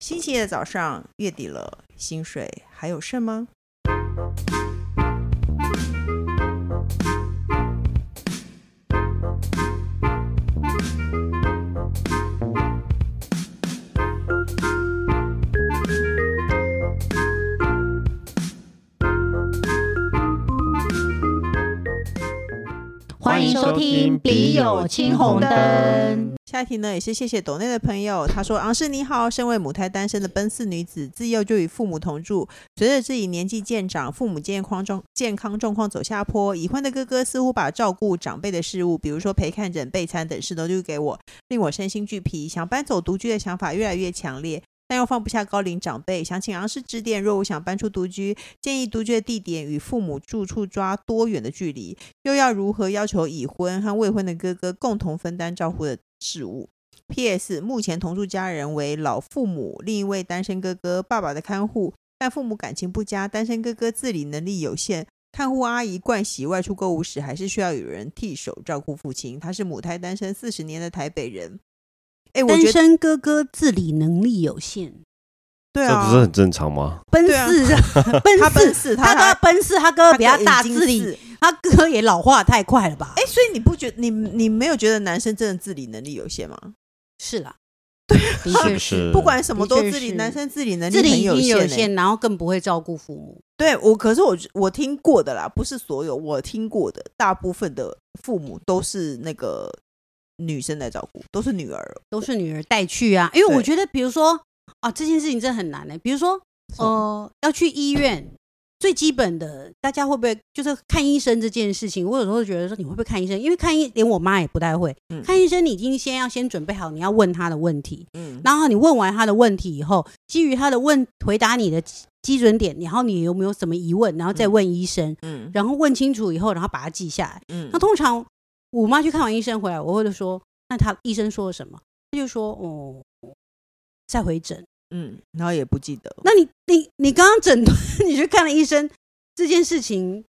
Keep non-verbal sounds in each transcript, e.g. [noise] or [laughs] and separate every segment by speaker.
Speaker 1: 星期一的早上，月底了，薪水还有剩吗？
Speaker 2: 欢迎收听《笔友青红灯》。
Speaker 1: 下一题呢，也是谢谢抖内的朋友，他说：“昂氏你好，身为母胎单身的奔四女子，自幼就与父母同住，随着自己年纪渐长，父母健康状健康状况走下坡，已婚的哥哥似乎把照顾长辈的事物，比如说陪看诊、备餐等事都丢给我，令我身心俱疲，想搬走独居的想法越来越强烈。”但又放不下高龄长辈，想请昂氏指点。若我想搬出独居，建议独居的地点与父母住处抓多远的距离，又要如何要求已婚和未婚的哥哥共同分担照顾的事务。P.S. 目前同住家人为老父母、另一位单身哥哥、爸爸的看护，但父母感情不佳，单身哥哥自理能力有限，看护阿姨惯习外出购物时还是需要有人替手照顾父亲。他是母胎单身四十年的台北人。哎，我
Speaker 2: 单
Speaker 1: 觉得
Speaker 2: 身哥哥自理能力有限，
Speaker 1: 对
Speaker 3: 这
Speaker 1: 啊，
Speaker 3: 不是很正常吗？
Speaker 2: 奔
Speaker 1: 对啊
Speaker 2: 四， [laughs]
Speaker 1: 他奔
Speaker 2: 奔四，
Speaker 1: 四，
Speaker 2: 他
Speaker 1: 还
Speaker 2: 哥奔四，他哥比他大，
Speaker 1: 他哥
Speaker 2: 自
Speaker 1: 已经
Speaker 2: 理，
Speaker 1: 是
Speaker 2: 他哥也老化太快了吧？
Speaker 1: 哎，所以你不觉你你没有觉得男生真的自理能力有限吗？
Speaker 2: 是啦，对，的确
Speaker 3: 不是？
Speaker 1: 不管什么都
Speaker 2: 的确
Speaker 1: 自理，
Speaker 2: 是
Speaker 1: 男生自理能力
Speaker 2: 自理
Speaker 1: 很
Speaker 2: 已经有
Speaker 1: 限、欸。
Speaker 2: 限，然后更不会照顾父母。
Speaker 1: 对我，可是我我听过的啦，不是所有，我听过的大部分的父母都是那个女生在照顾，都是女儿。
Speaker 2: 都是女儿带去啊，因为我
Speaker 1: 对
Speaker 2: 觉得，比如说啊，这件事情真的很难呢、比如说，呃，要去医院，最基本的，大家会不会就是看医生这件事情？我有时候觉得说，你会不会看医生？因为看医，连我妈也不太会、
Speaker 1: 嗯
Speaker 2: 看医生。你已经先要先准备好你要问他的问题，
Speaker 1: 嗯，
Speaker 2: 然后你问完他的问题以后，基于他的问回答你的基基准点，然后你有没有什么疑问，然后再
Speaker 1: 嗯
Speaker 2: 问医生，
Speaker 1: 嗯
Speaker 2: 然后问清楚以后，然后把它记下来。
Speaker 1: 嗯
Speaker 2: 那通常我妈去看完医生回来，我会说，那她医生说了什么？她就说，哦，再回诊。
Speaker 1: 嗯，然后也不记得。
Speaker 2: 那你你你刚刚诊断， [laughs] 你去看了医生这件事情，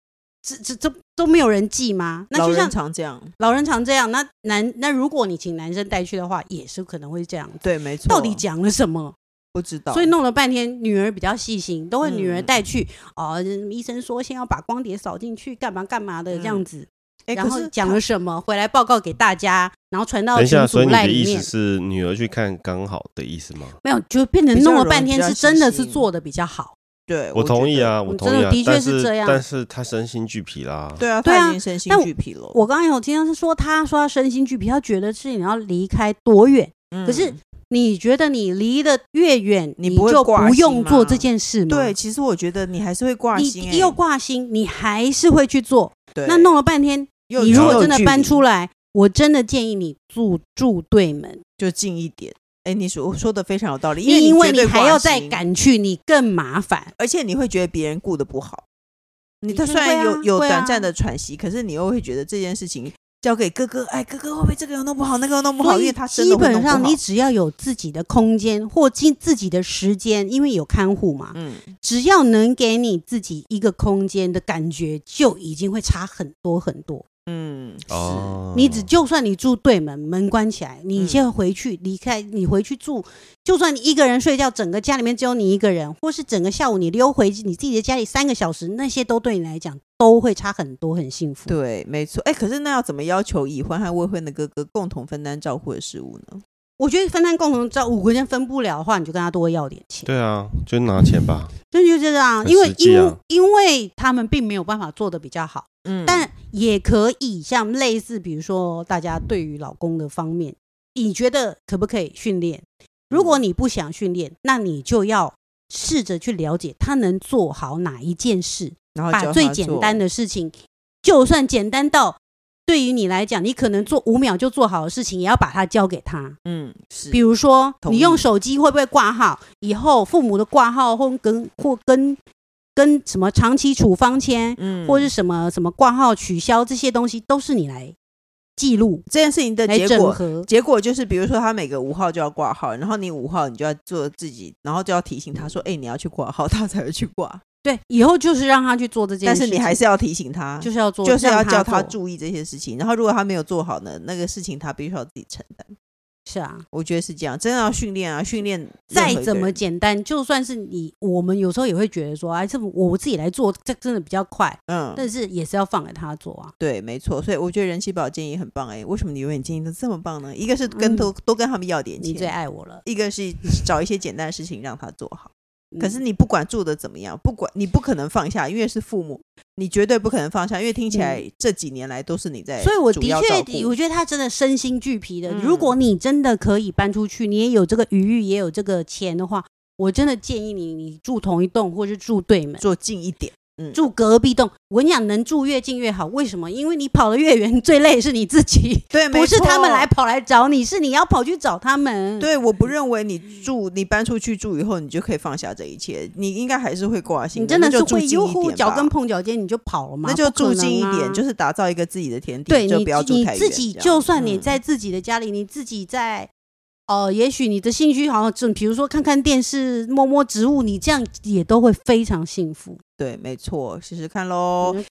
Speaker 2: 这这这都没有人记吗？那
Speaker 1: 老
Speaker 2: 就
Speaker 1: 人
Speaker 2: 像
Speaker 1: 常这样，
Speaker 2: 老人常这样，那男那如果你请男生带去的话，也是可能会这样。
Speaker 1: 对，没错。
Speaker 2: 到底讲了什么？
Speaker 1: 不知道，
Speaker 2: 所以弄了半天，女儿比较细心，都会
Speaker 1: 嗯
Speaker 2: 女儿带去哦、医生说先要把光碟扫进去，干嘛干嘛的这样
Speaker 1: 嗯
Speaker 2: 子。
Speaker 1: 哎，
Speaker 2: 然
Speaker 1: 可
Speaker 2: 后
Speaker 1: 是
Speaker 2: 讲
Speaker 1: 他
Speaker 2: 了什么，回来报告给大家，然后传到
Speaker 3: 等一
Speaker 2: 群
Speaker 3: 下，所以
Speaker 2: 组
Speaker 3: 你
Speaker 2: 赖
Speaker 3: 的
Speaker 2: 里
Speaker 3: 意
Speaker 2: 面
Speaker 3: 思。是女儿去看刚好的意思吗？
Speaker 2: 没有，就变成
Speaker 1: 比较
Speaker 2: 弄了
Speaker 1: 容
Speaker 2: 半
Speaker 1: 易
Speaker 2: 天
Speaker 1: 比较
Speaker 2: 是真的
Speaker 1: 细
Speaker 2: 是
Speaker 1: 心
Speaker 2: 做的比较好。
Speaker 1: 对，
Speaker 3: 我
Speaker 1: 觉
Speaker 3: 同意
Speaker 1: 得。
Speaker 3: 啊，我
Speaker 2: 嗯
Speaker 3: 同
Speaker 2: 真
Speaker 3: 意
Speaker 2: 的
Speaker 3: 啊，
Speaker 2: 的确
Speaker 3: 但
Speaker 2: 是这样
Speaker 3: 但是她身心俱疲啦。
Speaker 1: 对啊，
Speaker 2: 对
Speaker 1: 他
Speaker 2: 啊
Speaker 1: 已经身心
Speaker 2: 但我
Speaker 1: 俱疲了。
Speaker 2: 我刚刚有听到是说，他说他身心俱疲，他觉得是你要离开多远，可是
Speaker 1: 嗯
Speaker 2: 你觉得你离得越远，
Speaker 1: 你
Speaker 2: 你
Speaker 1: 不会
Speaker 2: 就
Speaker 1: 挂
Speaker 2: 不
Speaker 1: 心
Speaker 2: 用做
Speaker 1: 吗
Speaker 2: 这件事吗？
Speaker 1: 对，，其实我觉得你还是会挂心、
Speaker 2: 嗯你
Speaker 1: 欸。
Speaker 2: 又挂心，你还是会去做。
Speaker 1: 对
Speaker 2: 那弄了半天，
Speaker 1: 又
Speaker 2: 你如果
Speaker 1: 又
Speaker 2: 真的
Speaker 1: 距
Speaker 2: 搬
Speaker 1: 离
Speaker 2: 出来，我真的建议你住住对门，
Speaker 1: 就近一点。哎，你说说的非常有道理，因为
Speaker 2: 因为
Speaker 1: 绝
Speaker 2: 你
Speaker 1: 对
Speaker 2: 还
Speaker 1: 挂
Speaker 2: 要再
Speaker 1: 心，
Speaker 2: 赶去，你更麻烦。
Speaker 1: 而且你会觉得别人顾得不好。你
Speaker 2: 一
Speaker 1: 他
Speaker 2: 定
Speaker 1: 虽然
Speaker 2: 会
Speaker 1: 有
Speaker 2: 啊
Speaker 1: 有
Speaker 2: 会
Speaker 1: 短
Speaker 2: 啊
Speaker 1: 暂的喘息，可是你又会觉得这件事情交给哥哥，哎，哥哥会不会这个又弄不好，那个又弄不好？
Speaker 2: 所
Speaker 1: 因为
Speaker 2: 以
Speaker 1: 他真
Speaker 2: 基
Speaker 1: 的会弄
Speaker 2: 本
Speaker 1: 不
Speaker 2: 上
Speaker 1: 好
Speaker 2: 你只要有自己的空间或进自己的时间，因为有看护嘛，
Speaker 1: 嗯，
Speaker 2: 只要能给你自己一个空间的感觉，就已经会差很多很多。
Speaker 1: 嗯，是，
Speaker 3: 哦，
Speaker 2: 你只就算你住对门，门关起来，
Speaker 1: 嗯
Speaker 2: 你先回去离开，你回去住，就算你一个人睡觉，整个家里面只有你一个人，或是整个下午你溜回你自己的家里三个小时，那些都对你来讲都会差很多，很幸福。
Speaker 1: 对，没错。哎，可是那要怎么要求已婚和未婚的哥哥共同分担照顾的事务呢？
Speaker 2: 我觉得分担共同照顾，五个人分不了的话，你就跟他多要点钱。
Speaker 3: 对啊，就拿钱吧。
Speaker 2: 真就这样，
Speaker 3: 很
Speaker 2: 因为
Speaker 3: 实际
Speaker 2: 因、
Speaker 3: 啊
Speaker 2: 因为他们并没有办法做的比较好，
Speaker 1: 嗯
Speaker 2: 但也可以像类似，比如说大家对于老公的方面，你觉得可不可以训练？如果你不想训练，那你就要试着去了解他能做好哪一件事，
Speaker 1: 然后
Speaker 2: 把
Speaker 1: 教
Speaker 2: 最
Speaker 1: 他
Speaker 2: 简
Speaker 1: 做
Speaker 2: 单的事情，就算简单到对于你来讲，你可能做五秒就做好的事情，也要把它交给他。
Speaker 1: 嗯是
Speaker 2: 比如说，
Speaker 1: 同
Speaker 2: 你
Speaker 1: 意
Speaker 2: 用手机会不会挂号？以后父母的挂号或跟或跟跟什么长期处方签，
Speaker 1: 嗯
Speaker 2: 或是什么什么挂号取消这些东西，都是你来记录、
Speaker 1: 这件事情的
Speaker 2: 来
Speaker 1: 结
Speaker 2: 整
Speaker 1: 果
Speaker 2: 合。
Speaker 1: 结果就是，比如说他每个五号就要挂号，然后你五号你就要做自己，然后就要提醒他说：“哎、你要去挂号，他才会去挂。
Speaker 2: 对，以后就是让他去做这”件
Speaker 1: 但
Speaker 2: 事情，
Speaker 1: 是你还是要提醒他，
Speaker 2: 就是要做，
Speaker 1: 就是要
Speaker 2: 让
Speaker 1: 叫
Speaker 2: 他
Speaker 1: 他
Speaker 2: 做。
Speaker 1: 注意这些事情。然后如果他没有做好呢，那个事情他必须要自己承担。
Speaker 2: 是啊，
Speaker 1: 我觉得是这样，真的要训练啊，训练任何
Speaker 2: 再
Speaker 1: 一个
Speaker 2: 怎么
Speaker 1: 人
Speaker 2: 简单，就算是你，我们有时候也会觉得说，哎，这我自己来做，这真的比较快，
Speaker 1: 嗯，
Speaker 2: 但是也是要放给他做啊。
Speaker 1: 对，没错。所以我觉得人气宝建议很棒哎、为什么你永远建议都这么棒呢？一个是跟多、多跟他们要点
Speaker 2: 嗯你最
Speaker 1: 钱，
Speaker 2: 爱我了，
Speaker 1: 一个是找一些简单的事情让他做好。可
Speaker 2: 嗯
Speaker 1: 是你不管做的怎么样，不管你不可能放下，因为是父母，你绝对不可能放下，因为听起来这几年来都是你在
Speaker 2: 嗯所以我的
Speaker 1: 哎主要照顾，
Speaker 2: 确，我觉得他真的身心俱疲的。
Speaker 1: 嗯
Speaker 2: 如果你真的可以搬出去，你也有这个余裕，也有这个钱的话，我真的建议你，你住同一栋，或是住对门，
Speaker 1: 做近一点，
Speaker 2: 住隔壁栋。我跟你讲，能住越近越好。为什么？因为你跑得越远，最累是你
Speaker 1: [laughs]
Speaker 2: 自己，
Speaker 1: 对，
Speaker 2: 不是
Speaker 1: 没错
Speaker 2: 他们来。嗯跑来找你，是你要跑去找他们。，
Speaker 1: 对，我不认为你
Speaker 2: 嗯
Speaker 1: 住你搬出去住以后，你就可以放下这一切，你应该还是会挂心
Speaker 2: 你真的
Speaker 1: 那
Speaker 2: 是
Speaker 1: 就住
Speaker 2: 会
Speaker 1: 近
Speaker 2: 悠
Speaker 1: 一
Speaker 2: 忽
Speaker 1: 点
Speaker 2: 脚
Speaker 1: 吧
Speaker 2: 跟碰脚尖你就跑了嘛？
Speaker 1: 那就
Speaker 2: 不可
Speaker 1: 住近一
Speaker 2: 能啊
Speaker 1: 点，就是打造一个自己的天地，
Speaker 2: 对
Speaker 1: 就
Speaker 2: 你
Speaker 1: 不要
Speaker 2: 自
Speaker 1: 住
Speaker 2: 你
Speaker 1: 太远。
Speaker 2: 自己，
Speaker 1: 这样
Speaker 2: 就算你
Speaker 1: 嗯
Speaker 2: 在自己的家里，你自己在哦、呃也许你的兴趣好像就比如说看看电视、摸摸植物，你这样也都会非常幸福。
Speaker 1: 对，没错，试试看喽。
Speaker 2: 嗯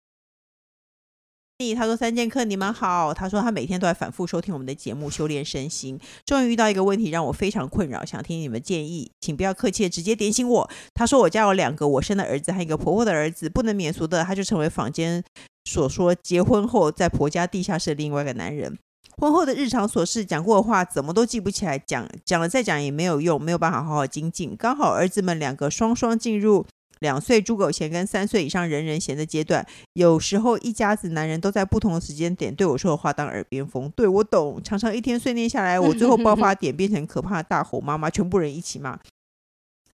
Speaker 1: 他说：“三剑客，你们好。”他说他每天都在反复收听我们的节目，修炼身心。终于遇到一个问题让我非常困扰，想听你们建议，请不要客气，直接点醒我。他说：“我家有两个我生的儿子和一个婆婆的儿子，不能免俗的，他就成为坊间所说结婚后在婆家地下室的另外一个男人。”婚后的日常琐事，讲过的话怎么都记不起来，讲讲了再讲也没有用，没有办法好好精进。刚好儿子们两个双双进入两岁猪狗嫌跟三岁以上人人嫌的阶段，有时候一家子男人都在不同的时间点对我说的话当耳边风，对我懂。常常一天碎念下来，我最后爆发点变成可怕的大吼妈妈，全部人一起骂。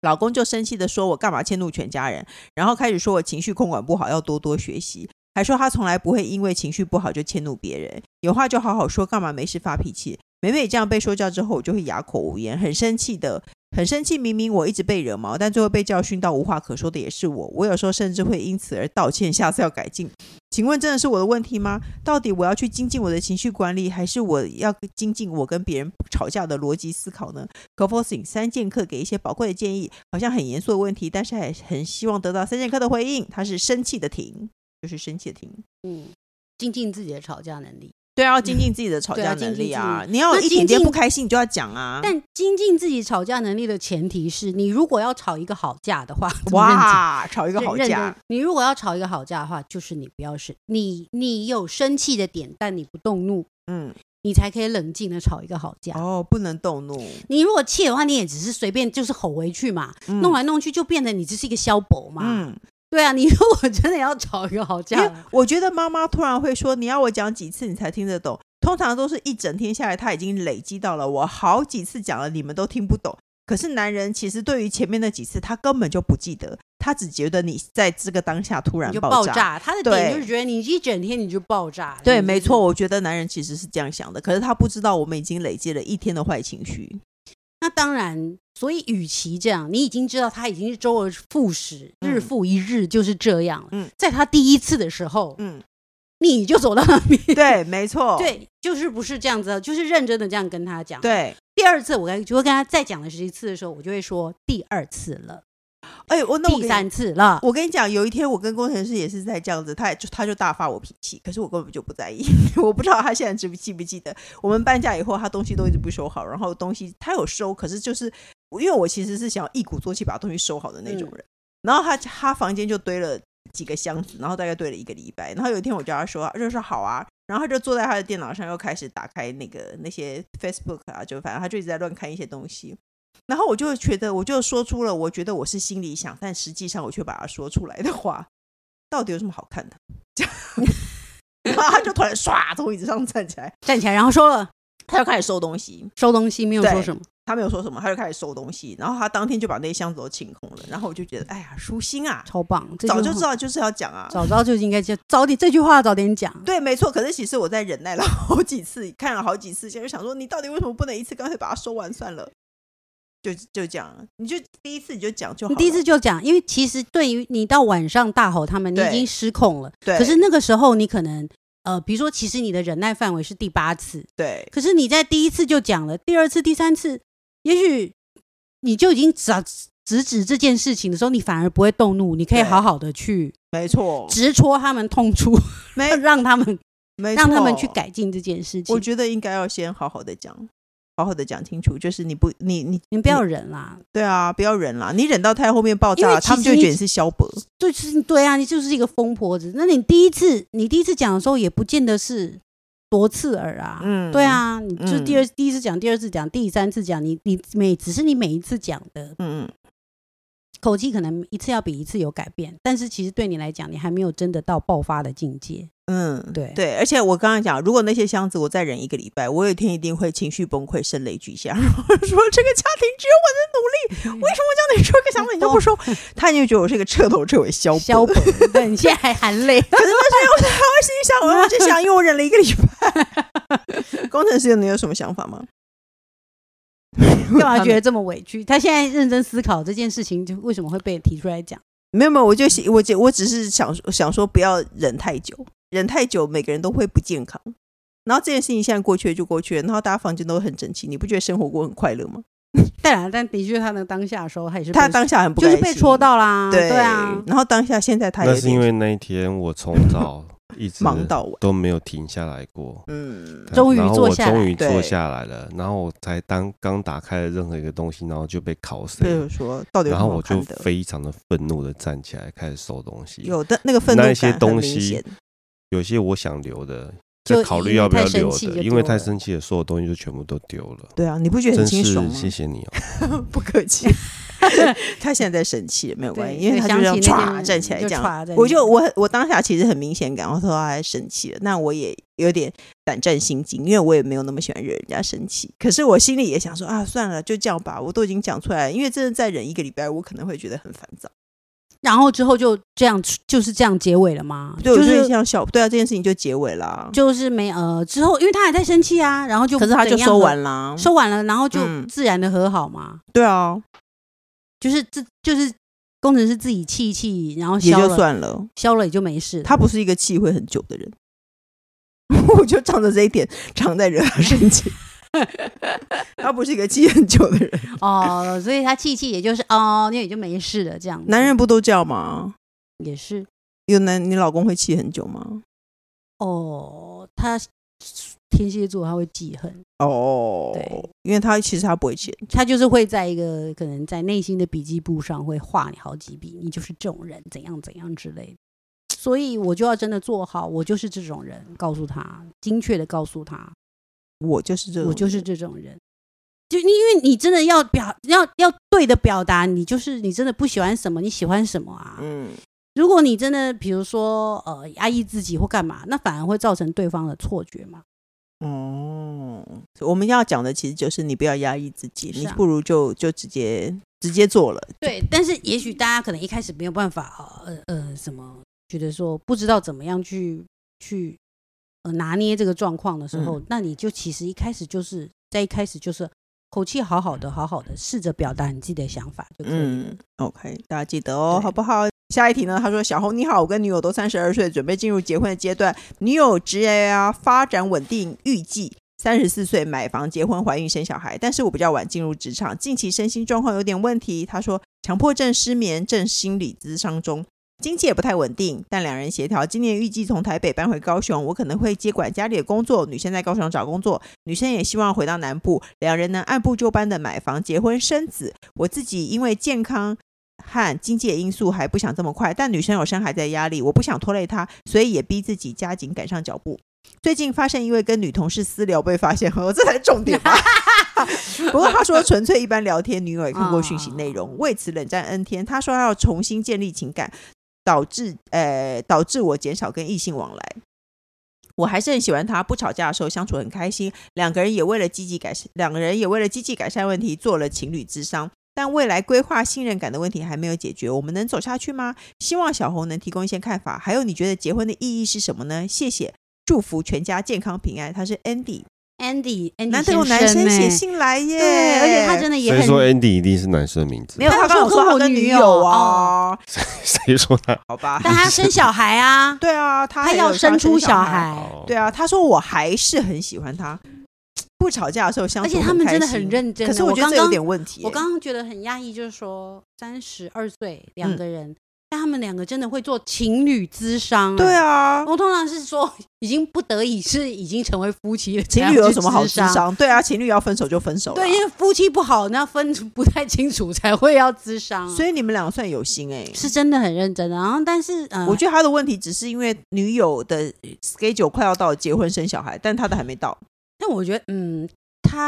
Speaker 1: 老公就生气的说：“我干嘛迁怒全家人？”然后开始说我情绪控管不好，要多多学习。还说他从来不会因为情绪不好就迁怒别人，有话就好好说，干嘛没事发脾气？每每这样被说教之后，我就会哑口无言，很生气的，很生气。明明我一直被惹毛，但最后被教训到无话可说的也是我。我有时候甚至会因此而道歉，下次要改进。请问真的是我的问题吗？到底我要去精进我的情绪管理，还是我要精进我跟别人吵架的逻辑思考呢？可否请三剑客给一些宝贵的建议？好像很严肃的问题，但是还很希望得到三剑客的回应。他是生气的停，就是生气的停。
Speaker 2: 嗯，精进自己的吵架能力，
Speaker 1: 对啊，要精进自己的吵
Speaker 2: 对啊
Speaker 1: 架
Speaker 2: 精
Speaker 1: 能
Speaker 2: 进
Speaker 1: 力
Speaker 2: 自
Speaker 1: 啊！
Speaker 2: 己
Speaker 1: 你要有
Speaker 2: 那
Speaker 1: 一点
Speaker 2: 精
Speaker 1: 点
Speaker 2: 进
Speaker 1: 不开心，你就要讲啊。
Speaker 2: 但精进自己吵架能力的前提是你如果要吵一个好架的话，怎么认真
Speaker 1: 哇，吵一个
Speaker 2: [laughs] 认
Speaker 1: 好
Speaker 2: 认
Speaker 1: 架
Speaker 2: 真，你如果要吵一个好架的话，就是你不要生，你你有生气的点，但你不动怒，
Speaker 1: 嗯，
Speaker 2: 你才可以冷静的吵一个好架。
Speaker 1: 哦，不能动怒，
Speaker 2: 你如果气的话，你也只是随便就是吼回去嘛，
Speaker 1: 嗯
Speaker 2: 弄来弄去就变得你只是一个消博嘛。
Speaker 1: 嗯，
Speaker 2: 对啊，你如果真的要吵一个好
Speaker 1: 因为
Speaker 2: 架，
Speaker 1: 我觉得妈妈突然会说，你要我讲几次你才听得懂，通常都是一整天下来，她已经累积到了我好几次讲了，你们都听不懂。可是男人其实对于前面那几次，他根本就不记得，他只觉得你在这个当下突然
Speaker 2: 你就爆
Speaker 1: 炸。
Speaker 2: 炸。嗯他的点
Speaker 1: 对
Speaker 2: 就是觉得你一整天你就爆炸。
Speaker 1: 对，
Speaker 2: 你就是
Speaker 1: 没错，。我觉得男人其实是这样想的，可是他不知道我们已经累积了一天的坏情绪。
Speaker 2: 那当然，所以与其这样，你已经知道他已经是周而复始，
Speaker 1: 嗯
Speaker 2: 日复一日就是这样了。
Speaker 1: 嗯
Speaker 2: 在他第一次的时候，
Speaker 1: 嗯，
Speaker 2: 你就走到那边。
Speaker 1: 对，没错，
Speaker 2: [laughs] 对，就是不是这样子的，就是认真的这样跟他讲。，
Speaker 1: 对，
Speaker 2: 第二次我该就会跟他再讲了十一次的时候，我就会说第二次了，
Speaker 1: 哎、我那我
Speaker 2: 第
Speaker 1: 跟你
Speaker 2: 三次了。
Speaker 1: 我跟你讲，有一天我跟工程师也是在这样子，他也就他就大发我脾气，可是我根本就不在意， [laughs] 我不知道他现在记不记不记得。我们搬家以后，他东西都一直不收好，然后东西他有收，可是就是因为我其实是想要一鼓作气把东西收好的那种人，然后他他房间就堆了几个箱子，然后大概堆了一个礼拜，然后有一天我叫他说，他就说好啊。然后他就坐在他的电脑上，又开始打开那个那些 Facebook 啊，就反正他就一直在乱看一些东西。然后我就觉得，我就说出了我觉得我是心里想，但实际上我却把它说出来的话，到底有什么好看的？ [laughs] 这样然后他就突然唰从椅子上站起来，
Speaker 2: 站起来，然后说了
Speaker 1: 他就开始收东西。
Speaker 2: 收东西，没有
Speaker 1: 对
Speaker 2: 说什么。
Speaker 1: 他没有说什么，他就开始收东西。然后他当天就把那些箱子都清空了。然后我就觉得，哎呀，舒心啊，
Speaker 2: 超棒！这句
Speaker 1: 早
Speaker 2: 话
Speaker 1: 就知，道就是要讲啊。
Speaker 2: 早知道就应该就早点这句话早点讲。
Speaker 1: 对，没错。可是其实我在忍耐了 [laughs] 好几次，看了好几次，现在就想说，你到底为什么不能一次干脆把它收完算了？就就这样，你就第一次你就讲就好
Speaker 2: 你
Speaker 1: 了。
Speaker 2: 第一次就讲，因为其实对于你到晚上大吼他们，你已
Speaker 1: 对
Speaker 2: 经失控了。
Speaker 1: 对，
Speaker 2: 可是那个时候你可能呃，比如说，其实你的忍耐范围是第八次，
Speaker 1: 对
Speaker 2: 可是你在第一次就讲了，第二次、第三次，也许你就已经早直指这件事情的时候，你反而不会动怒，你可以
Speaker 1: 对
Speaker 2: 好好的去
Speaker 1: 没错，
Speaker 2: 直戳他们痛处，
Speaker 1: 没
Speaker 2: [laughs] 让他们
Speaker 1: 没
Speaker 2: 让他们去
Speaker 1: 错
Speaker 2: 改进这件事情
Speaker 1: 我。觉得应该要先好好的讲，好好的讲清楚，就是你不你你
Speaker 2: 你不要忍啦，
Speaker 1: 对啊，不要忍啦，你忍到太后面爆
Speaker 2: 因为
Speaker 1: 炸，
Speaker 2: 其
Speaker 1: 他们就会
Speaker 2: 实你
Speaker 1: 觉得你是萧伯。
Speaker 2: 就是对啊，你就是一个疯婆子。那你第一次，你第一次讲的时候，也不见得是多刺耳啊。
Speaker 1: 嗯
Speaker 2: 对，啊，你就
Speaker 1: 嗯
Speaker 2: 第二、第一次讲，第二次讲，第三次讲，你你每只是你每一次讲的
Speaker 1: 嗯
Speaker 2: 口气，可能一次要比一次有改变，但是其实对你来讲，你还没有真的到爆发的
Speaker 1: [laughs]
Speaker 2: 境界。
Speaker 1: 嗯，
Speaker 2: 对
Speaker 1: 对，而且我刚刚讲，如果那些箱子我再忍一个礼拜，我有一天一定会情绪崩溃，声泪俱下， [laughs] 然后说这个家庭只有我的努力，为什么叫你说一个箱子你都不说？
Speaker 2: 嗯
Speaker 1: [laughs] 他就觉得我是一个彻头彻尾萧伯。
Speaker 2: 肖本，对你现在还含
Speaker 1: [laughs]
Speaker 2: 泪，
Speaker 1: 可是那时候我在我心里想，我要去想，因为我忍了一个礼拜。 [laughs] 工程师，你有什么想法吗？
Speaker 2: 干嘛觉得这么委屈？他现在认真思考这件事情，就为什么会被提出来讲？
Speaker 1: 没有没有，我就喜我就我只是想说想说不要忍太久，忍太久每个人都会不健康。然后这件事情现在过去了就过去了，然后大家房间都很整齐，你不觉得生活过很快乐吗？
Speaker 2: 当然，但的确，他那当下的时候，他也是
Speaker 1: 他
Speaker 2: 被
Speaker 1: 当下很不
Speaker 2: 就
Speaker 1: 开
Speaker 2: 是
Speaker 1: 心，
Speaker 2: 被戳到啦，
Speaker 1: 对
Speaker 2: 啊，
Speaker 1: 然后当下现在他也
Speaker 3: 那是因为那一天我从早一直
Speaker 1: 忙到晚，
Speaker 3: 都没有停下来过。
Speaker 1: 嗯，
Speaker 2: [laughs] 终于
Speaker 3: 然后
Speaker 2: 坐
Speaker 3: 我
Speaker 2: 下来
Speaker 3: 终于坐
Speaker 1: 对
Speaker 3: 下来了，然后我才当刚打开了任何一个东西，然后就被烤死
Speaker 1: 所。以我说到底有
Speaker 3: 然
Speaker 1: 什
Speaker 3: 后
Speaker 1: 么好
Speaker 3: 我就
Speaker 1: 看的？
Speaker 3: 非常的愤怒的站起来，开始收东西。
Speaker 1: 有的那个愤怒
Speaker 3: 那一
Speaker 1: 感
Speaker 3: 些
Speaker 1: 很
Speaker 3: 东
Speaker 1: 明
Speaker 3: 西
Speaker 1: 显，
Speaker 3: 有些我想留的，
Speaker 2: 就
Speaker 3: 在考
Speaker 2: 因
Speaker 3: 虑
Speaker 2: 为
Speaker 3: 要不
Speaker 2: 太
Speaker 3: 要
Speaker 2: 生
Speaker 3: 留
Speaker 2: 气就
Speaker 3: 的，因
Speaker 2: 丢
Speaker 3: 为太
Speaker 2: 了
Speaker 3: 生气了，所有东西就全部都丢了。
Speaker 1: 对啊，你不觉得很清
Speaker 3: 真
Speaker 1: 爽
Speaker 3: 是
Speaker 1: 吗？
Speaker 3: 谢谢你哦，
Speaker 1: [laughs] 不客气。他现在在生气，没有 [laughs] 关系，
Speaker 2: 对
Speaker 1: 因为
Speaker 2: 对
Speaker 1: 他
Speaker 2: 想
Speaker 1: 就这样
Speaker 2: 起那
Speaker 1: 唰
Speaker 2: 件
Speaker 1: 站起来
Speaker 2: 就
Speaker 1: 这样
Speaker 2: 歘在。
Speaker 1: 我
Speaker 2: 那
Speaker 1: 就
Speaker 2: 里
Speaker 1: 我我当下其实很明显感受到他在生气了，那我也有点胆战心惊，因为我也没有那么喜欢惹人家生气。可是我心里也想说啊，算了，就这样吧，我都已经讲出来了，因为真的再忍一个礼拜，我可能会觉得很烦躁。
Speaker 2: 然后之后就这样，就是这样结尾了吗？
Speaker 1: 对，
Speaker 2: 就
Speaker 1: 我觉得
Speaker 2: 是
Speaker 1: 像小对啊，这件事情就结尾啦。
Speaker 2: 就是没呃，之后因为他还在生气啊，然后就
Speaker 1: 可是他就
Speaker 2: 怎样
Speaker 1: 收
Speaker 2: 和
Speaker 1: 完啦，
Speaker 2: 收完了，然后就
Speaker 1: 嗯
Speaker 2: 自然的和好嘛，
Speaker 1: 对啊，
Speaker 2: 就是这就是工程师自己气一气，然后
Speaker 1: 也
Speaker 2: 消
Speaker 1: 就
Speaker 2: 了，
Speaker 1: 算了。
Speaker 2: 消了也就没事了。
Speaker 1: 他不是一个气会很久的人， [laughs] 我就仗着这一点常在惹他生气。他不是一个气很久的人，
Speaker 2: [laughs] 哦，所以他气一气也就是哦，那也就没事了这样子。
Speaker 1: 男人不都这样吗？
Speaker 2: 也是
Speaker 1: 有男，你老公会气很久吗？
Speaker 2: 哦，他天蝎座他会记恨，
Speaker 1: 哦
Speaker 2: 对，
Speaker 1: 因为他其实他不会气，
Speaker 2: 他就是会在一个可能在内心的笔记簿上会画你好几笔，你就是这种人，怎样怎样之类的。所以我就要真的做好，我就是这种人，告诉他，精确的告诉他，
Speaker 1: 我就是这种，
Speaker 2: 我就是这种人。就你，因为你真的要表要要对的表达，你就是你真的不喜欢什么，你喜欢什么啊？
Speaker 1: 嗯，
Speaker 2: 如果你真的比如说呃压抑自己或干嘛，那反而会造成对方的错觉嘛。
Speaker 1: 哦，我们要讲的其实就是你不要压抑自己，
Speaker 2: 是
Speaker 1: 你
Speaker 2: 啊
Speaker 1: 不如就就直接直接做了，
Speaker 2: 对，但是也许大家可能一开始没有办法，呃呃，什么觉得说不知道怎么样去去呃拿捏这个状况的时候，
Speaker 1: 嗯
Speaker 2: 那你就其实一开始就是在一开始就是口气好好的，好好的试着表达你自己的想法就可以。
Speaker 1: 嗯，OK，大家记得哦，
Speaker 2: 对
Speaker 1: 好不好？下一题呢？他说：“小红你好，我跟女友都三十二岁，准备进入结婚的阶段，女友职业啊发展稳定，预计。”三十四岁买房、结婚、怀孕、生小孩，但是我比较晚进入职场，近期身心状况有点问题。他说，强迫症、失眠正心理咨商中，经济也不太稳定，但两人协调，今年预计从台北搬回高雄，我可能会接管家里的工作，女生在高雄找工作，女生也希望回到南部，两人呢按部就班的买房、结婚、生子，我自己因为健康和经济的因素还不想这么快，但女生有生孩子的压力，我不想拖累她，所以也逼自己加紧赶上脚步。最近发生因为跟女同事私聊被发现，呵， [laughs] 这才是重点吧。不过他说纯粹一般聊天，女友也看过讯息内容，为此冷战 N 天。他说他要重新建立情感，导致呃导致我减少跟异性往来。我还是很喜欢他，不吵架的时候相处很开心，两个人也为了积极改善，两个人也为了积极改善问题做了情侣之商。但未来规划信任感的问题还没有解决，我们能走下去吗？希望小红能提供一些看法。还有，你觉得结婚的意义是什么呢？谢谢，祝福全家健康平安。他是 Andy，
Speaker 2: Andy，Andy
Speaker 1: 难得
Speaker 2: 先
Speaker 1: 有男
Speaker 2: 生
Speaker 1: 生
Speaker 2: 呢
Speaker 1: 写，信来耶，
Speaker 2: 对，而且他真的也
Speaker 3: 谁说哎
Speaker 2: 很
Speaker 3: Andy 一定是男生的名字
Speaker 2: 没？有，
Speaker 1: 他刚
Speaker 2: 说
Speaker 1: 好
Speaker 2: 跟
Speaker 1: 他
Speaker 2: 我
Speaker 1: 跟
Speaker 2: 女
Speaker 1: 友
Speaker 2: 哦，
Speaker 1: 啊，
Speaker 3: 谁说
Speaker 2: [laughs]
Speaker 3: 他？
Speaker 1: 好吧，，
Speaker 2: 但他生小孩
Speaker 1: [laughs]
Speaker 2: 啊
Speaker 1: 对啊，他
Speaker 2: 他
Speaker 1: 还
Speaker 2: 要
Speaker 1: 有
Speaker 2: 生
Speaker 1: 他
Speaker 2: 出
Speaker 1: 小
Speaker 2: 小
Speaker 1: 孩，
Speaker 2: 孩。
Speaker 3: 哦
Speaker 1: 对啊，他说我还是很喜欢他，不吵架的时候相
Speaker 2: 而
Speaker 1: 处
Speaker 2: 且他们真的
Speaker 1: 开
Speaker 2: 很
Speaker 1: 心
Speaker 2: 认真。哦
Speaker 1: 可是我觉得
Speaker 2: 刚
Speaker 1: 这有
Speaker 2: 刚
Speaker 1: 点问题耶、
Speaker 2: 我刚刚觉得很压抑，就是说三十二岁两
Speaker 1: 嗯
Speaker 2: 个人，但他们两个真的会做情侣咨商、
Speaker 1: 对，啊，
Speaker 2: 我通常是说已经不得已是已经成为夫妻了，
Speaker 1: 情侣有什么好
Speaker 2: 智
Speaker 1: 智？商？对啊，情侣要分手就分手啦
Speaker 2: 对，因为夫妻不好，那分不太清楚才会要咨商、
Speaker 1: 所以你们两个算有心哎、
Speaker 2: 嗯是真的很认真的。然后，但是呃，
Speaker 1: 我觉得他的问题只是因为女友的 schedule 快要到了结婚生小孩，但他的还没到。
Speaker 2: 但我觉得，嗯，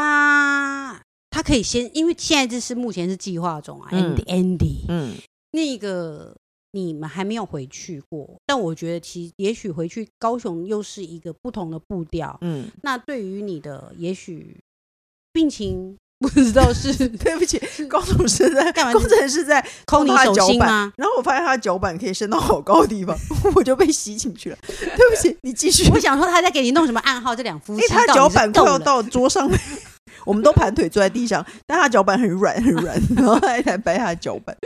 Speaker 2: 他他可以先，因为现在这是目前是计划中啊、
Speaker 1: 嗯
Speaker 2: a n d y Andy，
Speaker 1: 嗯，
Speaker 2: 那个你们还没有回去过，但我觉得其实也许回去高雄又是一个不同的步调。
Speaker 1: 嗯，
Speaker 2: 那对于你的也许病情 [laughs] 不知道是
Speaker 1: 对不起，高中是在
Speaker 2: 干嘛
Speaker 1: 工程师在
Speaker 2: 抠你
Speaker 1: 碰到他
Speaker 2: 手
Speaker 1: 脚
Speaker 2: 心
Speaker 1: 板
Speaker 2: 吗？
Speaker 1: 然后我发现他的脚板可以伸到好高的地
Speaker 2: [laughs]
Speaker 1: 方，我就被吸进去了。对不起，你继续。
Speaker 2: 我想说他在给你弄什么暗号？这两夫
Speaker 1: 因
Speaker 2: 妻
Speaker 1: 为他
Speaker 2: 到底
Speaker 1: 脚
Speaker 2: 是
Speaker 1: 板快
Speaker 2: 够
Speaker 1: 要
Speaker 2: 了
Speaker 1: 到桌上， [laughs] 我们都盘腿坐在地上，但他脚板很软很
Speaker 2: [laughs]
Speaker 1: 软，然后他才掰他的脚板。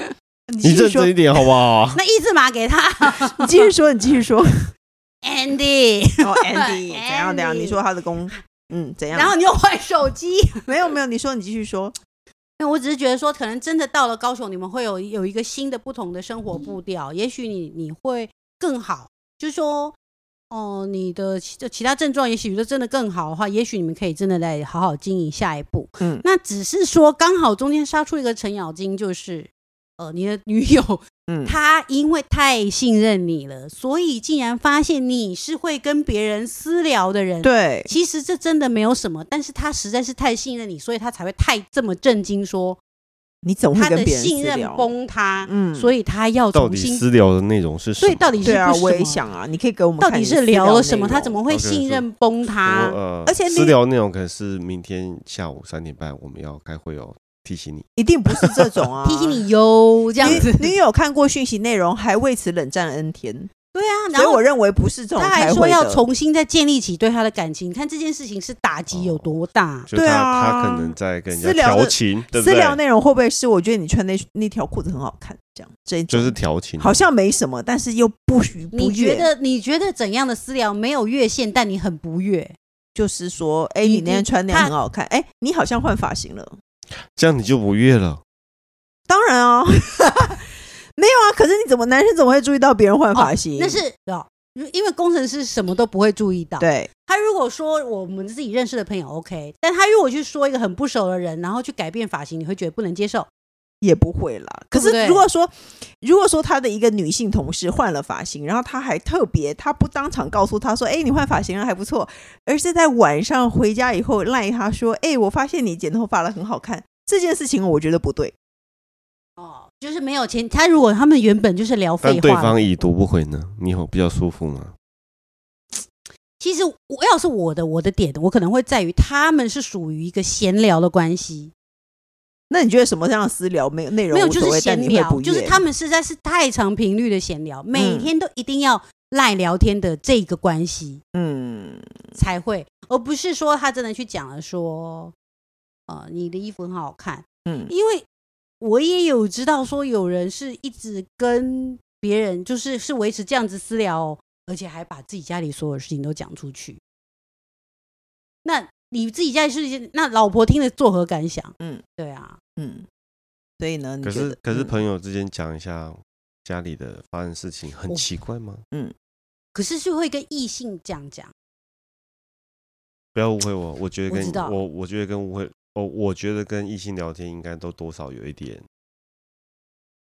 Speaker 1: 你
Speaker 3: 你
Speaker 1: 继续
Speaker 3: 认
Speaker 1: 说
Speaker 3: 真一，点好不
Speaker 2: [laughs]
Speaker 3: 好？ [laughs]
Speaker 2: 那一字马给他 [laughs]
Speaker 1: 你继续说，你继续说。
Speaker 2: Andy，
Speaker 1: 然后 Andy 怎样怎样？你
Speaker 2: Andy
Speaker 1: 说他的工，嗯，怎样？
Speaker 2: 然后你又换手机。
Speaker 1: 没有没有，你说你继续说。
Speaker 2: 那我只是觉得说，可能真的到了高雄，你们会有有一个新的不同的生活步调，也许你你会更好，就是说，哦、你的其其他症状也许就真的更好的话，也许你们可以真的来好好经营下一步。
Speaker 1: 嗯
Speaker 2: 那只是说刚好中间杀出一个程咬金，就是。呃，你的女友
Speaker 1: [laughs] 嗯，
Speaker 2: 她因为太信任你了，所以竟然发现你是会跟别人私聊的人，
Speaker 1: 对，
Speaker 2: 其实这真的没有什么，但是他实在是太信任你，所以他才会太这么震惊，说
Speaker 1: 你总会
Speaker 2: 他
Speaker 1: 跟
Speaker 2: 的
Speaker 1: 别人
Speaker 2: 信
Speaker 1: 私
Speaker 2: 任
Speaker 1: 聊。
Speaker 2: 崩塌，
Speaker 1: 嗯
Speaker 2: 所以他要
Speaker 3: 到
Speaker 2: 重
Speaker 3: 底
Speaker 2: 新，
Speaker 3: 私聊的内容是什
Speaker 2: 所以
Speaker 3: 么？
Speaker 2: 到底是
Speaker 1: 对啊
Speaker 2: 不，是
Speaker 1: 我也
Speaker 2: 什么
Speaker 1: 想啊，你可以给我们
Speaker 2: 到
Speaker 1: 看
Speaker 2: 底
Speaker 1: 你
Speaker 2: 是
Speaker 1: 私
Speaker 2: 聊
Speaker 1: 内
Speaker 2: 了什么，
Speaker 1: 容
Speaker 2: 他怎么会信任崩塌
Speaker 3: 我？呃，
Speaker 1: 而且
Speaker 3: 私
Speaker 1: 你
Speaker 3: 聊内容可能是明天下午三点半我们要开会哦，提醒你。
Speaker 1: 一定不是这种啊？[laughs]
Speaker 2: 提醒你哟，这样子，
Speaker 1: 女女友看过讯息内容，还为此冷战 N 天，
Speaker 2: 对啊，然
Speaker 1: 所以
Speaker 2: 后
Speaker 1: 我认为不是这种
Speaker 2: 他还
Speaker 1: 开
Speaker 2: 说
Speaker 1: 会
Speaker 2: 要
Speaker 1: 的。
Speaker 2: 重新再建立起对他的感情，你看这件事情是打击有多大？
Speaker 3: 就
Speaker 1: 对
Speaker 3: 他、
Speaker 1: 啊
Speaker 3: 他可能在跟人家
Speaker 1: 私聊的
Speaker 3: 调情，对不
Speaker 1: 私
Speaker 3: 对？
Speaker 1: 聊内容会不会是我觉得你穿那那条裤子很好看，这样这一种
Speaker 3: 就是调情，
Speaker 1: 好像没什么，但是又不许不
Speaker 2: 你觉
Speaker 1: 悦，
Speaker 2: 得你觉得怎样的私聊没有越线，但你很不悦？
Speaker 1: 就是说，哎，
Speaker 2: 你
Speaker 1: 你那天穿那
Speaker 2: 他
Speaker 1: 样很好看，哎，你好像换发型了。
Speaker 3: 这样你就不悦了。
Speaker 1: 当然哦， [laughs] 没有啊，可是你怎么男生怎么会注意到别人换发型？
Speaker 2: 那是哦，因为工程师什么都不会注意到，
Speaker 1: 对，
Speaker 2: 他如果说我们自己认识的朋友 OK，但他如果去说一个很不熟的人，然后去改变发型，你会觉得不能接受。
Speaker 1: 也不会啦。可
Speaker 2: 对不嗯对
Speaker 1: 是如果说，如果说他的一个女性同事换了发型，然后他还特别，他不当场告诉他说：“哎、你换发型了还不错。”而是在晚上回家以后赖他说：“哎、我发现你剪头发了，很好看。”这件事情我觉得不对，
Speaker 2: 哦，就是没有钱。他如果他们原本就是聊废
Speaker 3: 但对
Speaker 2: 话，
Speaker 3: 方已读不回呢，你有比较舒服吗？
Speaker 2: 其实我要是我的我的点，我可能会在于他们是属于一个闲聊的关系，
Speaker 1: 那你觉得什么样的私聊没有内容
Speaker 2: 没有
Speaker 1: 无
Speaker 2: 就
Speaker 1: 所谓
Speaker 2: 是
Speaker 1: 但
Speaker 2: 闲
Speaker 1: 你会
Speaker 2: 聊，
Speaker 1: 不
Speaker 2: 就是
Speaker 1: 悦
Speaker 2: 他们实在是太长频率的闲聊，每
Speaker 1: 嗯
Speaker 2: 天都一定要赖聊天的这个关系。
Speaker 1: 嗯，
Speaker 2: 才会，而不是说他真的去讲了说，呃，你的衣服很好看，
Speaker 1: 嗯
Speaker 2: 因为我也有知道说有人是一直跟别人就是是维持这样子私聊哦、而且还把自己家里所有事情都讲出去。那你自己家里事情，那老婆听了作何感想？
Speaker 1: 嗯，
Speaker 2: 对啊，
Speaker 1: 嗯，所以呢，你
Speaker 3: 可
Speaker 1: 觉
Speaker 3: 是
Speaker 1: 得
Speaker 3: 可是
Speaker 1: 嗯
Speaker 3: 朋友之间讲一下家里的发生事情，很
Speaker 2: 我
Speaker 3: 奇怪吗？
Speaker 2: 可是就会跟异性这样讲，
Speaker 3: 不要误会我，我觉得
Speaker 2: 我
Speaker 3: 跟
Speaker 2: 知道
Speaker 3: 我我觉得跟误会，哦，我觉得跟异性聊天应该都多少有一点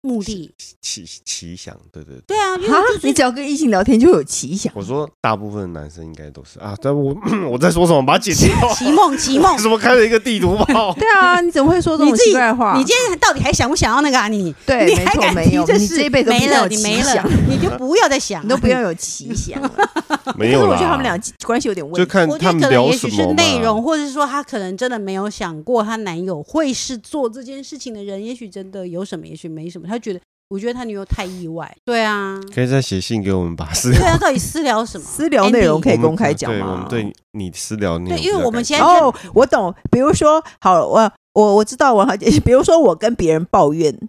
Speaker 2: 目的
Speaker 3: 奇奇想，对对对。
Speaker 2: 对啊，因为
Speaker 1: 哈
Speaker 2: 就，
Speaker 1: 你
Speaker 2: 是
Speaker 1: 只要跟异性聊天就有奇想，
Speaker 3: 我说大部分男生应该都是啊，但我我在说什么？把它剪掉。，
Speaker 2: 奇梦奇梦
Speaker 3: 怎么开了一个地图
Speaker 2: 哦
Speaker 3: 炮？
Speaker 1: 对啊，你怎么会说这
Speaker 2: 你
Speaker 1: 种
Speaker 2: 自己
Speaker 1: 奇怪的话？
Speaker 2: 你今天到底还想不想要那个啊？你
Speaker 1: 对，
Speaker 2: 你
Speaker 1: 没
Speaker 2: 还
Speaker 1: 错，
Speaker 2: 敢
Speaker 1: 没
Speaker 2: 提
Speaker 1: 有，
Speaker 2: 这
Speaker 1: 你
Speaker 2: 事？
Speaker 1: 这一辈子都
Speaker 2: 没
Speaker 1: 不要
Speaker 2: 了，
Speaker 1: 有
Speaker 2: 你
Speaker 1: 奇
Speaker 2: 没了
Speaker 1: 想，
Speaker 2: 你就不要再
Speaker 1: [laughs]
Speaker 2: 想，
Speaker 1: 你都不要。有奇想了。
Speaker 2: [laughs]
Speaker 3: 没
Speaker 1: 可是
Speaker 3: 有
Speaker 1: 我
Speaker 3: 啦，
Speaker 1: 觉得他们俩关系有点问
Speaker 3: 就
Speaker 1: 题。
Speaker 3: 看
Speaker 2: 我觉
Speaker 3: 他
Speaker 2: 得
Speaker 3: 们
Speaker 2: 可能
Speaker 3: 聊
Speaker 2: 也
Speaker 3: 什
Speaker 2: 许是
Speaker 3: 么
Speaker 2: 内
Speaker 3: 嘛
Speaker 2: 容，或者是说她可能真的没有想过她男友会是做这件事情的人，也许真的有什么，也许没什么。她觉得，我觉得她女友太意
Speaker 3: [laughs]
Speaker 2: 外。对啊，
Speaker 3: 可以再写信给我们吧，私
Speaker 2: 对
Speaker 3: 聊
Speaker 2: 啊，到底私聊什么？
Speaker 1: 私聊内容
Speaker 2: Andy
Speaker 1: 可以
Speaker 3: 我们
Speaker 1: 公开讲
Speaker 3: 对我
Speaker 1: 吗
Speaker 3: 们对你你私聊内容
Speaker 2: 对
Speaker 3: 比
Speaker 2: 因为
Speaker 3: 较
Speaker 2: 我们
Speaker 3: 感
Speaker 2: 现在
Speaker 1: 哦，我懂。比如说，好，我我我知道，我好， [laughs] 比如说我跟别人抱怨，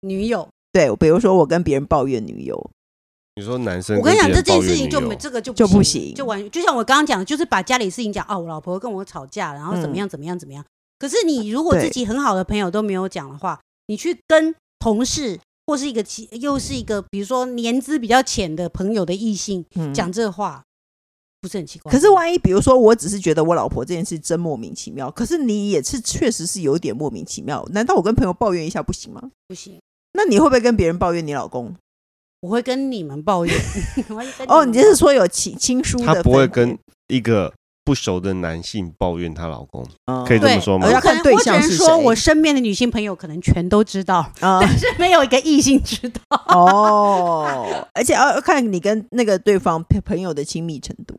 Speaker 2: 女友，
Speaker 1: 对，比如说我跟别人抱怨女友，
Speaker 3: 你说男生
Speaker 2: 我
Speaker 3: 跟
Speaker 2: 跟你讲
Speaker 3: 别
Speaker 2: 这
Speaker 3: 人
Speaker 2: 件
Speaker 3: 抱怨
Speaker 2: 事情
Speaker 3: 女
Speaker 2: 就
Speaker 3: 友
Speaker 2: 没这个就
Speaker 1: 就不
Speaker 2: 行，
Speaker 1: 行
Speaker 2: 就完就像我刚刚讲的，就是把家里事情讲哦，我老婆跟我吵架，然后怎么
Speaker 1: 嗯
Speaker 2: 样怎么样怎么样。可是你如果
Speaker 1: 对
Speaker 2: 自己很好的朋友都没有讲的话，你去跟同事或是一个其又是一个，比如说年资比较浅的朋友的异性
Speaker 1: 嗯
Speaker 2: 讲这话，不是很奇怪。
Speaker 1: 可是万一比如说，我只是觉得我老婆这件事真莫名其妙，可是你也是确实是有点莫名其妙。难道我跟朋友抱怨一下不行吗？
Speaker 2: 不行，
Speaker 1: 那你会不会跟别人抱怨你老公？
Speaker 2: 我会跟你们
Speaker 1: [laughs]
Speaker 2: 抱怨。我会跟
Speaker 1: 哦，
Speaker 2: 们
Speaker 1: 你这是说有亲亲疏的分别，
Speaker 3: 她不会跟一个不熟的男性抱怨她老公，
Speaker 1: 嗯
Speaker 3: 可以这么
Speaker 2: 对
Speaker 3: 说吗
Speaker 2: 我
Speaker 1: 要
Speaker 2: 可
Speaker 1: 看
Speaker 2: 能
Speaker 1: 对
Speaker 2: 我只
Speaker 1: 象
Speaker 2: 能
Speaker 1: 是
Speaker 2: 说
Speaker 1: 谁
Speaker 2: 我身边的女性朋友可能全都
Speaker 1: [laughs]
Speaker 2: 知道，
Speaker 1: 啊
Speaker 2: 但是没有一个异性知道。
Speaker 1: 哦，而且要看你跟那个对方朋朋友的亲密程度。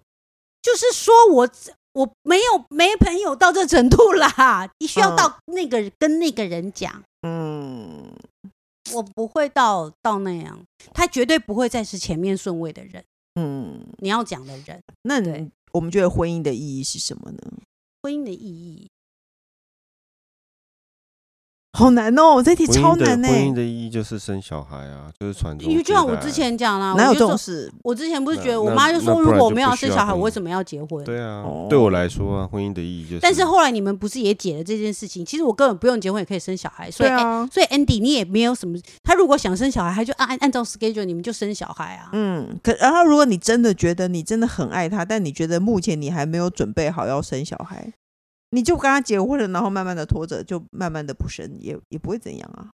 Speaker 2: 就是说我我没有没朋友到这程度啦，你需要到那个、跟那个人讲，
Speaker 1: 嗯，
Speaker 2: 我不会到到那样，他绝对不会再是前面顺位的人，
Speaker 1: 嗯，
Speaker 2: 你要讲的人，
Speaker 1: 那
Speaker 2: 对
Speaker 1: 我们觉得婚姻的意义是什么呢？
Speaker 2: 婚姻的意义。
Speaker 1: [laughs] 好难哦，这题
Speaker 3: 婚姻
Speaker 1: 超
Speaker 3: 的
Speaker 1: 难呢、
Speaker 3: 婚姻的意义就是生小孩啊，就是传宗
Speaker 2: 欸因为就像我
Speaker 3: 接代
Speaker 2: 之
Speaker 3: 啊
Speaker 2: 前讲啦，
Speaker 1: 哪有
Speaker 2: 我
Speaker 1: 这
Speaker 2: 就
Speaker 1: 种
Speaker 2: 说，
Speaker 1: 事？
Speaker 2: 我之前不是
Speaker 3: 那
Speaker 2: 觉得我
Speaker 3: 那
Speaker 2: 妈就
Speaker 3: 那
Speaker 2: 说，
Speaker 3: 不
Speaker 2: 如
Speaker 3: 然
Speaker 2: 果我
Speaker 3: 就
Speaker 2: 没
Speaker 3: 不
Speaker 2: 有
Speaker 3: 需
Speaker 2: 生
Speaker 3: 要
Speaker 2: 小孩，
Speaker 3: 婚
Speaker 2: 我为
Speaker 3: 姻
Speaker 2: 什么要结婚？
Speaker 3: 对啊
Speaker 1: 哦，
Speaker 3: 对我来说啊，婚姻的意义就是，
Speaker 2: 但是后来你们不是也解了这件事情？其实我根本不用结婚也可以生小孩，所以、哎
Speaker 1: 啊，
Speaker 2: 所以 Andy 你也没有什么，他如果想生小孩，他就按按按照 schedule 你们就生小孩啊。
Speaker 1: 嗯，可然后如果你真的觉得你真的很爱他，但你觉得目前你还没有准备好要生小孩，你就跟他结婚了，然后慢慢的拖着，就慢慢的不生，也也不会怎样啊。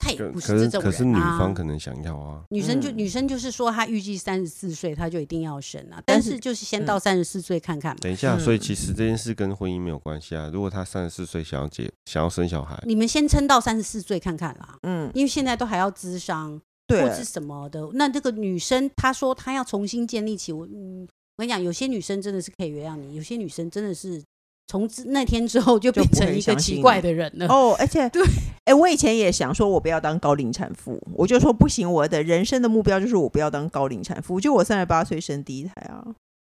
Speaker 2: 他也
Speaker 3: 可
Speaker 2: 不
Speaker 3: 可
Speaker 2: 是这
Speaker 3: 是
Speaker 2: 种人、啊、
Speaker 3: 可是女方可能想要啊，
Speaker 2: 女生就、
Speaker 1: 嗯
Speaker 2: 女生就是说，她预计三十四岁，她就一定要生啊。但
Speaker 1: 但是
Speaker 2: 是就是先到三十四岁看看嘛。
Speaker 3: 等一下，所以
Speaker 1: 嗯
Speaker 3: 其实这件事跟婚姻没有关系啊。如果她三十四岁想要结想要生小孩，
Speaker 2: 你们先撑到三十四岁看看啦，
Speaker 1: 嗯，
Speaker 2: 因为现在都还要咨商
Speaker 1: 对
Speaker 2: 或，是什么的。那这个女生她说她要重新建立起我，嗯，我跟你讲，有些女生真的是可以原谅你，有些女生真的是从之那天之后就
Speaker 1: 就
Speaker 2: 变
Speaker 1: 不
Speaker 2: 成
Speaker 1: 会
Speaker 2: 一个
Speaker 1: 相信
Speaker 2: 奇
Speaker 1: 你
Speaker 2: 怪的人了。
Speaker 1: 哦，而且
Speaker 2: 嗯对，
Speaker 1: 哎，我以前也想说，我不要当高龄产妇，我就说不行，我的人生的目标就是我不要当高龄产妇，就我三十八岁生第一胎啊。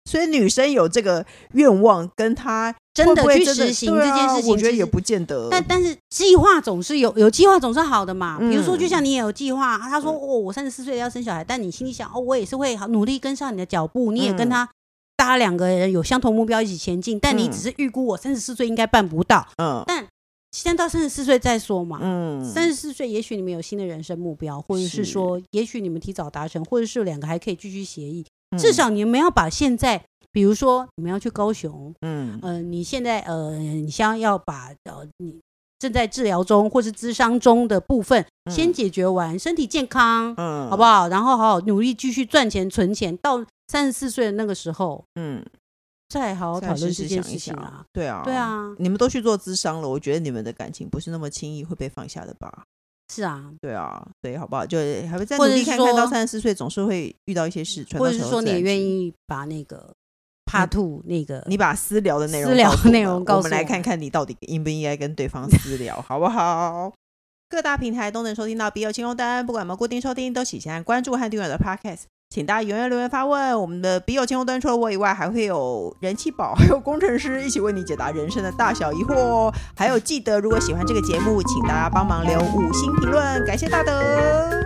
Speaker 1: 所以女生有这个愿望，跟她
Speaker 2: 真
Speaker 1: 会
Speaker 2: 的
Speaker 1: 不会
Speaker 2: 去
Speaker 1: 真的
Speaker 2: 实行
Speaker 1: 对啊
Speaker 2: 这件事情
Speaker 1: 我觉得
Speaker 2: 其
Speaker 1: 也
Speaker 2: 实
Speaker 1: 不见得。
Speaker 2: 但但是计划总是有有计划总是好的嘛。比如说，就
Speaker 1: 嗯
Speaker 2: 像你也有计划，他说
Speaker 3: 嗯
Speaker 2: 哦，我三十四岁要生小孩，但你心里想哦，我也是会好努力跟上你的脚步，你也跟
Speaker 1: 嗯
Speaker 2: 他。大家两个人有相同目标一起前进，但你
Speaker 1: 嗯
Speaker 2: 只是预估我三十四岁应该办不到，
Speaker 1: 嗯
Speaker 2: 先到三十四岁再说嘛。
Speaker 1: 嗯，
Speaker 2: 三十四岁，也许你们有新的人生目标，或者是
Speaker 1: 是
Speaker 2: 说，也许你们提早达成，或者是两个还可以继续协议。
Speaker 1: 嗯
Speaker 2: 至少你们要把现在，比如说你们要去高雄，
Speaker 1: 嗯
Speaker 2: 呃，你现在呃，你想要把呃你正在治疗中或是咨商中的部分先
Speaker 1: 嗯
Speaker 2: 解决完，身体健康，
Speaker 1: 嗯，
Speaker 2: 好不好？然后好好努力继续赚钱存钱，到三十四岁的那个时候
Speaker 1: 嗯，
Speaker 2: 再好好
Speaker 1: 再
Speaker 2: 讨论
Speaker 1: 试试
Speaker 2: 这件
Speaker 1: 想一
Speaker 2: 事情
Speaker 1: 想
Speaker 2: 啊。
Speaker 1: 对啊，
Speaker 2: 对。啊，
Speaker 1: 你们都去做咨商了，我觉得你们的感情不是那么轻易会被放下的吧？
Speaker 2: 是啊，
Speaker 1: 对啊，对，好不好？就还会再努
Speaker 2: 或者
Speaker 1: 力
Speaker 2: 是
Speaker 1: 看看，到
Speaker 2: 说
Speaker 1: 三十四岁总是会遇到一些事，
Speaker 2: 或者是说你也愿
Speaker 1: 意，
Speaker 2: 意把那
Speaker 1: 嗯
Speaker 2: 个怕吐那个
Speaker 1: 你把私聊的内容
Speaker 2: 私聊
Speaker 1: 告诉我
Speaker 2: 内容
Speaker 1: 们
Speaker 2: 告
Speaker 1: 我
Speaker 2: 诉
Speaker 1: 们来
Speaker 2: 我
Speaker 1: 看
Speaker 2: 们
Speaker 1: 看你到底应不应该跟对方私聊，好不好？各大平台都能收听到《笔友青红灯》，不管我们固定收听，都请先按关注和订阅我的 Podcast。请大家踊跃留言发问。我们的笔友青红灯除了我以外，还会有人气宝，还有工程师一起为你解答人生的大小疑惑哦。还有记得，如果喜欢这个节目，请大家帮忙留五星评论，感谢大德。